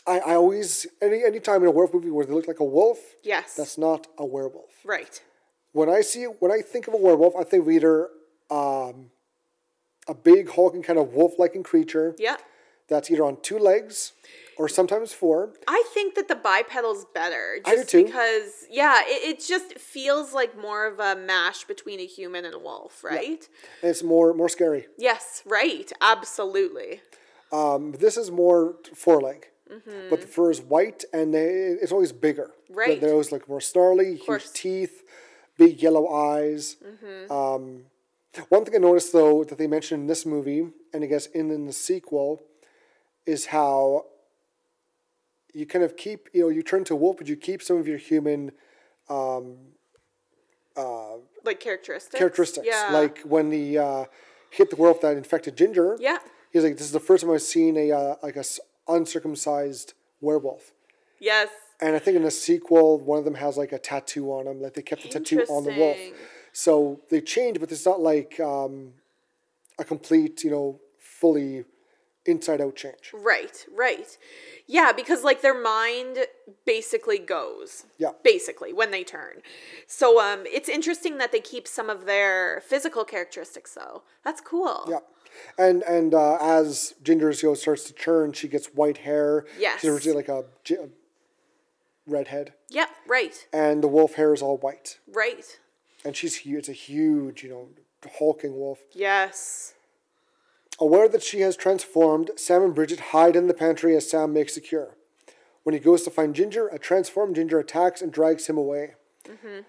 I, I always any any time in a werewolf movie where they look like a wolf, Yes. that's not a werewolf. right. When I see when I think of a werewolf, I think of either um, a big hulking kind of wolf liking creature Yeah. that's either on two legs or sometimes four. I think that the bipedal's better. I do Just too. because yeah, it, it just feels like more of a mash between a human and a wolf, right? And it's more more scary. Yes, right. Absolutely. Um, this is more four leg. But the fur is white and they, it's always bigger. They- Mm-hmm. Right. They always look more snarly, huge course. Mm-hmm. teeth, big yellow eyes. Um, one thing I noticed though that they mentioned in this movie, and I guess in, in the sequel, is how you kind of keep, you know, you turn to wolf, but you keep some of your human Like characteristics. characteristics. Yeah. Like when the uh, hit the werewolf that infected Ginger. Yeah. He's like, this is the first time I've seen a uh, like a s- uncircumcised werewolf. Yes. And I think in the sequel, one of them has like a tattoo on him. Like they kept the tattoo on the wolf. Interesting. So they changed, but it's not like um, a complete, you know, fully inside out change. Right, right. Yeah, because like their mind basically goes. Yeah. Basically, when they turn. So um it's interesting that they keep some of their physical characteristics though. That's cool. Yeah. And and uh, as Ginger's you know, starts to turn, she gets white hair. Yes. She's originally like a, gi- a redhead, Yep, right. and the wolf hair is all white. Right. And she's huge. It's a huge, you know, hulking wolf. Yes. Aware that she has transformed, Sam and Bridget hide in the pantry as Sam makes the cure. When he goes to find Ginger, a transformed Ginger attacks and drags him away.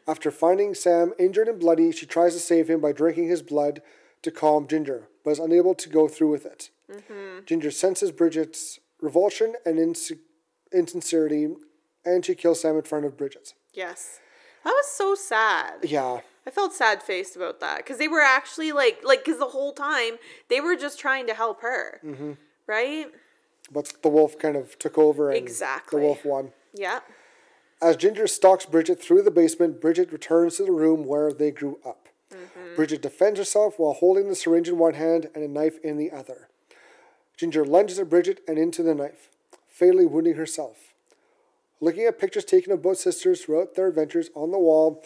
After finding Sam injured and bloody, she tries to save him by drinking his blood to calm Ginger, but is unable to go through with it. Ginger senses Bridget's revulsion and insi- insincerity, and she kills Sam in front of Bridget. Yes. That was so sad. Yeah, I felt sad faced about that because they were actually like, like, because the whole time they were just trying to help her, mm-hmm. right? but the wolf kind of took over and Exactly. the wolf won. Yeah. As Ginger stalks Bridget through the basement, Bridget returns to the room where they grew up. Bridget defends herself while holding the syringe in one hand and a knife in the other. Ginger lunges at Bridget and into the knife, fatally wounding herself. Looking at pictures taken of both sisters throughout their adventures on the wall,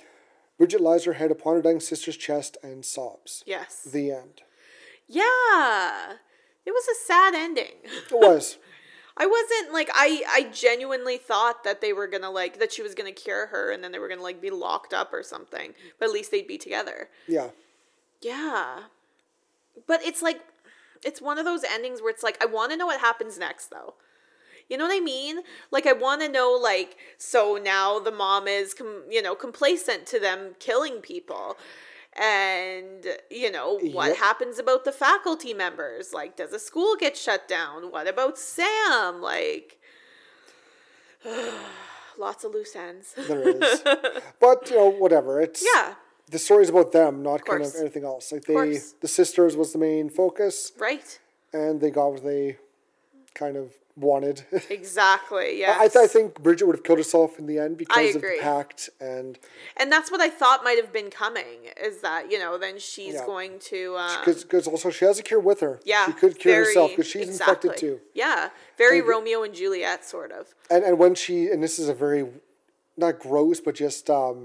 Bridget lies her head upon her dying sister's chest and sobs. Yes. The end. yeah. It was a sad ending. It was. I wasn't like I I genuinely thought that they were going to like that she was going to cure her and then they were going to like be locked up or something. But at least they'd be together. yeah. Yeah. But it's like it's one of those endings where it's like I want to know what happens next though. You know what I mean? Like I want to know like so now the mom is com- you know complacent to them killing people. and you know what Yep. happens about the faculty members like does a school get shut down what about sam like [sighs] lots of loose ends [laughs] There is. but you know, whatever. It's yeah the story's about them, not kind of course. anything else. Like they course. the sisters was the main focus right and they got what they kind of wanted. [laughs] exactly yeah I, I think Bridget would have killed herself in the end because of the agree. pact and and that's what i thought might have been coming is that you know then she's Yeah. going to um, because also she has a cure with her. yeah she could cure very- herself because she's infected exactly. too. yeah very romeo and juliet sort of And and when she and this is a very not gross but just um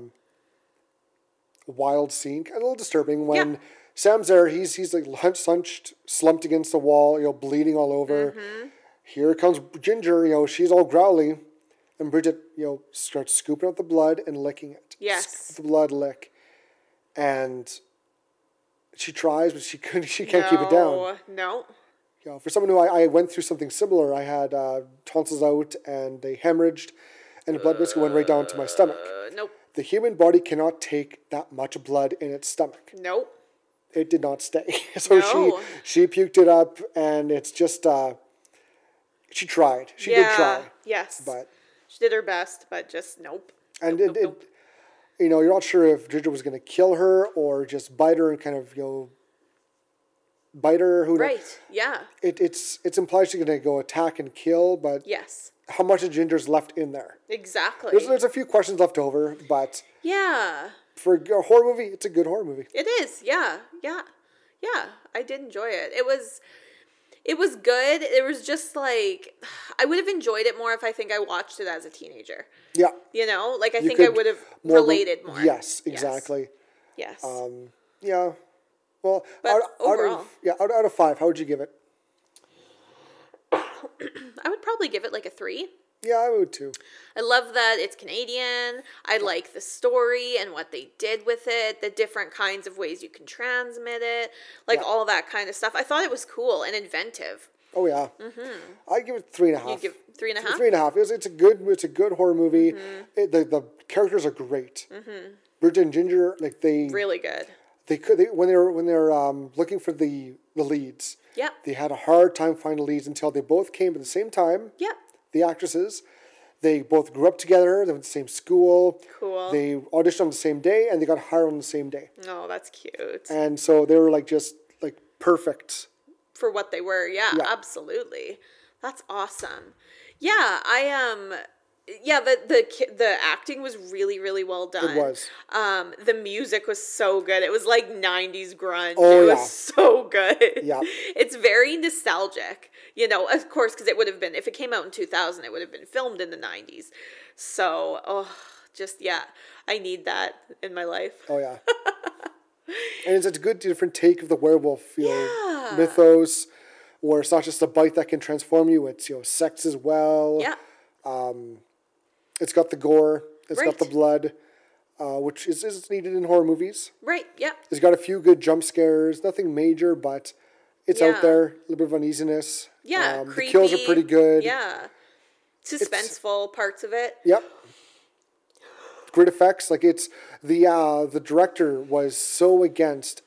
wild scene, kind of a little disturbing when Yeah. Sam's there, he's he's like hunched, hunched, slumped against the wall, you know, bleeding all over. Mm-hmm. Here comes Ginger, you know, she's all growly, and Bridget, you know, starts scooping out the blood and licking it. Yes. Scoop the blood lick, and she tries, but she could she can't keep it down no, no you know, for someone who I, I went through something similar, I had uh, tonsils out and they hemorrhaged, and the blood basically went right down to my stomach. uh, nope The human body cannot take that much blood in its stomach. nope It did not stay. [laughs] so No. she she puked it up, and it's just uh, she tried. She did try, Yes. but she did her best, but just nope. and Nope, it, nope, it you know you're not sure if Ginger was going to kill her or just bite her and kind of you know bite her. Who kno- Right. Yeah. It, it's it's implied she's going to go attack and kill, but Yes. how much of Ginger's left in there. Exactly. There's, there's a few questions left over, but yeah. for a horror movie, it's a good horror movie. It is. Yeah. Yeah. Yeah. I did enjoy it. It was it was good. It was just like [sighs] I would have enjoyed it more if I think I watched it as a teenager. Yeah. You know? Like I You think I could would have more re- related more. Yes, exactly. Um, Yes. Yeah. Well, But out, out overall- of yeah, out, out of five, how would you give it? I would probably give it like a 3. Yeah, I would too. I love that it's Canadian. I like the story and what they did with it, the different kinds of ways you can transmit it, like Yeah. all that kind of stuff. I thought it was cool and inventive. Oh yeah, mm-hmm. I'd give it three and a half. You give three and a half? Three and a half. It's, it's a good it's a good horror movie. Mm-hmm. It, the the characters are great. Mm-hmm. Bridget and Ginger, like they Really good. they could they, when they're when they're um, looking for the the leads. Yep. They had a hard time finding leads until they both came at the same time. Yep. the actresses. They both grew up together. They went to the same school. Cool. They auditioned on the same day, and they got hired on the same day. Oh, that's cute. And so they were like just like perfect. For what they were. Yeah, Yeah. absolutely. That's awesome. Yeah, I um yeah, the the ki- the acting was really really well done. It was Um, the music was so good. It was like '90s grunge. Oh, it yeah. was so [laughs] good. Yeah. it's very nostalgic. You know, of course, because it would have been if it came out in 2000, it would have been filmed in the '90s. So, oh, just yeah, I need that in my life. oh [laughs] yeah. and it's a good different take of the werewolf you know, mythos, where it's not just a bite that can transform you. It's you know sex as well. Yeah, It's got the gore. It's Right. got the blood, uh, which is, is needed in horror movies. right. Yeah, It's got a few good jump scares, nothing major, but it's Yeah. out there. A little bit of uneasiness. yeah. Um, The creepy. kills are pretty good. Yeah, suspenseful parts of it. Yep. Great effects. Like it's the uh, the director was so against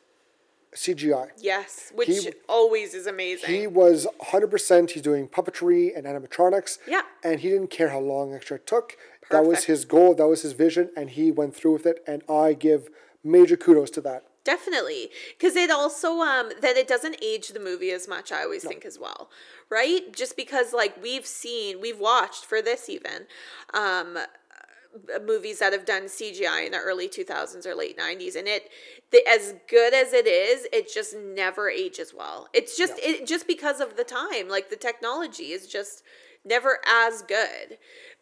CGI. Yes, which He- always is amazing. He was 100% he's doing puppetry and animatronics. Yeah. And he didn't care how long extra it took. That was Perfect. his goal, that was his vision, and he went through with it. And I give major kudos to that. Definitely, because it also um that it doesn't age the movie as much. I always think as well, right? Just because like we've seen, we've watched for this even, um, uh, movies that have done CGI in the early two thousands or late nineties, and it the, as good as it is, it just never ages well. It's just it just because of the time, like the technology is just never as good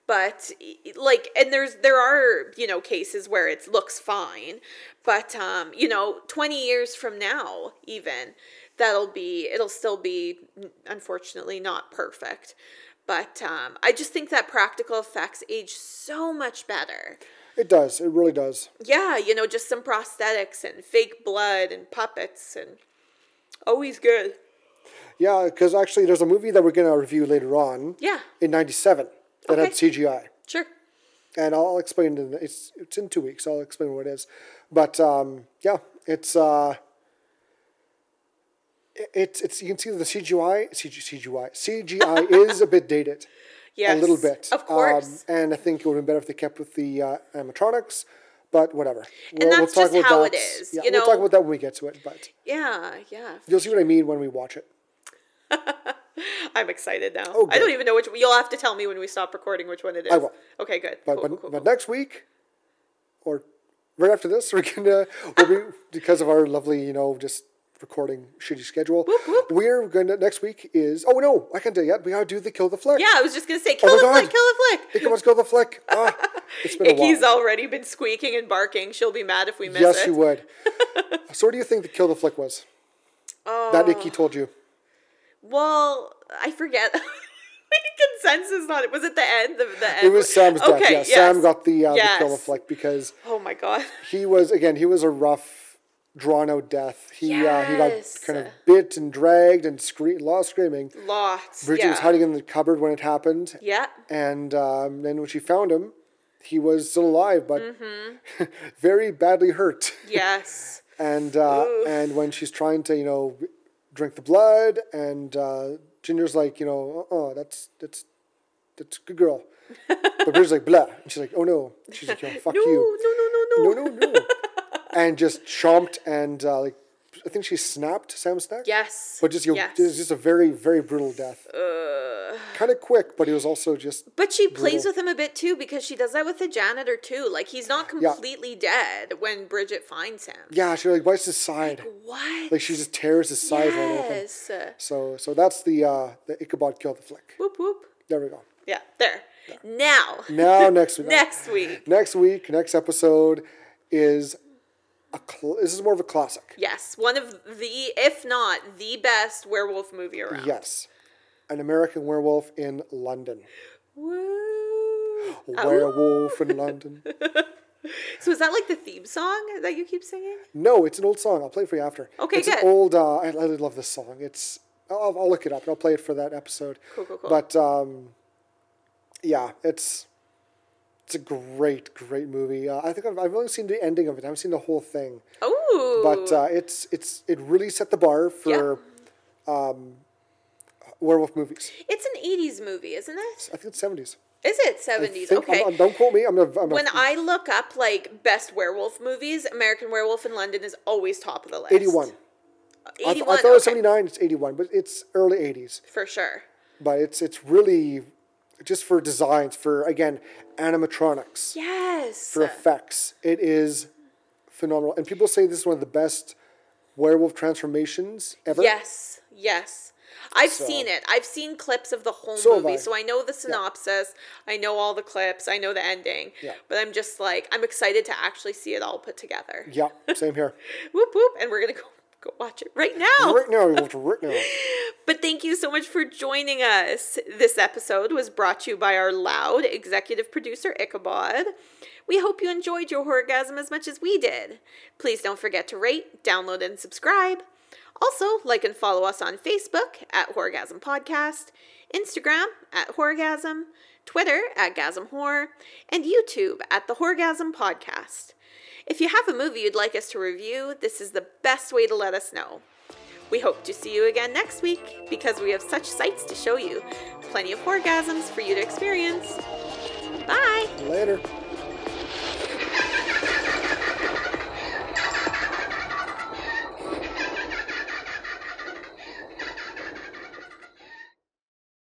but e, like and there's there are you know cases where it looks fine but um you know 20 years from now even that'll be it'll still be unfortunately not perfect but um i just think that practical effects age so much better It does. It really does. yeah you know just some prosthetics and fake blood and puppets and always good Yeah, because actually, there's a movie that we're going to review later on yeah in 97 that had Okay. CGI. sure and I'll explain. In, it's it's in two weeks. I'll explain what it is, but um, yeah, It's uh, it- it's it's you can see that the CGI CG, CGI [laughs] CGI is a bit dated, Yes. a little bit. Of course. Um, and I think it would have been better if they kept with the uh, animatronics, but whatever. And that's just how it is, Yeah, you we'll talk know? about that when we get to it. But yeah, yeah. you'll see what I mean when we watch it. I'm excited now. Oh, I don't good. even know which you'll have to tell me when we stop recording which one it is. I will. Okay, good. But Cool, but, cool, cool, but cool. next week, or right after this, [laughs] we're gonna we'll be because of our lovely you know just recording shitty schedule. We're gonna next week is oh no I can't do it yet. We gotta do the kill the flick. Yeah, I was just gonna say kill Oh my the God. flick, kill the flick. Icky wants to kill the [laughs] flick. Ah, it's been Icky's a while. already been squeaking and barking. She'll be mad if we miss yes, it. you [laughs] would. so what do you think the kill the flick was? That Oh. Icky told you. Well, I forget. [laughs] Consensus on it. Was it the end? The, the end. It was Sam's death. Okay, Yeah, yes. Sam got the, uh, the kill the Yes. flick because Oh my god. [laughs] he was again he was a rough drawn out death he uh, he Yes. got kind of bit and dragged and scream lot of screaming Lots. bridget yeah. was hiding in the cupboard when it happened Yeah. and um, then when she found him he was still alive but Mm-hmm. [laughs] very badly hurt [laughs] Yes. and uh, and when she's trying to you know drink the blood and uh, ginger's like you know oh that's that's that's a good [laughs] girl but bridget's like blah and she's like oh no she's like oh, fuck No, you no, no, no, no, no, no. and just chomped and uh, like I think she snapped Sam's neck. Yes. But just you know, Yes. it was just a very very brutal death. Kind of quick, but it was also just But she plays with him a bit too because she does that with the janitor too. Like he's not completely dead when Bridget finds him. yeah. She like bites his side. What? Like she just tears his side right open. yes. So so that's the uh, the Ichabod kill the flick. Whoop whoop. There we go. Yeah. There. Now. [laughs] Now next week. Next week. Next week, next episode is a cl- this is more of a classic. Yes, one of the, if not the best werewolf movie around. Yes. An American werewolf in London. Woo. Werewolf in London. Uh, So is that like the theme song that you keep singing? No, it's an old song. I'll play it for you after. Okay, it's good. An old. Uh, I, I love this song. It's. I'll, I'll look it up and I'll play it for that episode. Cool, cool, cool. But um, yeah, it's it's a great, great movie. Uh, I think I've, I've only seen the ending of it. I haven't seen the whole thing. Oh. But uh, it's it's it really set the bar for um, werewolf movies. it's an 80s movie, isn't it? I think it's seventies. Is it 70s? okay. I'm, I'm- don't quote me. I'm a, I'm a- when I look up like best werewolf movies, American Werewolf in London is always top of the list. 81. I, 81. th- I thought it was okay. 79. It's 81, but it's early 80s. For sure. but it's it's really just for designs for again animatronics Yes. for effects it is phenomenal and people say this is one of the best werewolf transformations ever Yes, yes. I've seen it. I've seen clips of the whole So have I. movie, so I know the synopsis. I know all the clips. I know the ending. Yeah. But I'm just like, I'm excited to actually see it all put together. yeah same [laughs] here Whoop whoop, and we're gonna go go watch it right now. right now we have to right now But thank you so much for joining us. This episode was brought to you by our loud executive producer, Ichabod. We hope you enjoyed your orgasm as much as we did. Please don't forget to rate, download, and subscribe. Also, like and follow us on Facebook at Horgasm Podcast, Instagram at Horgasm, Twitter at Gasm Horror, and YouTube at The Horgasm Podcast. If you have a movie you'd like us to review, this is the best way to let us know. We hope to see you again next week because we have such sights to show you. Plenty of orgasms for you to experience. Bye! later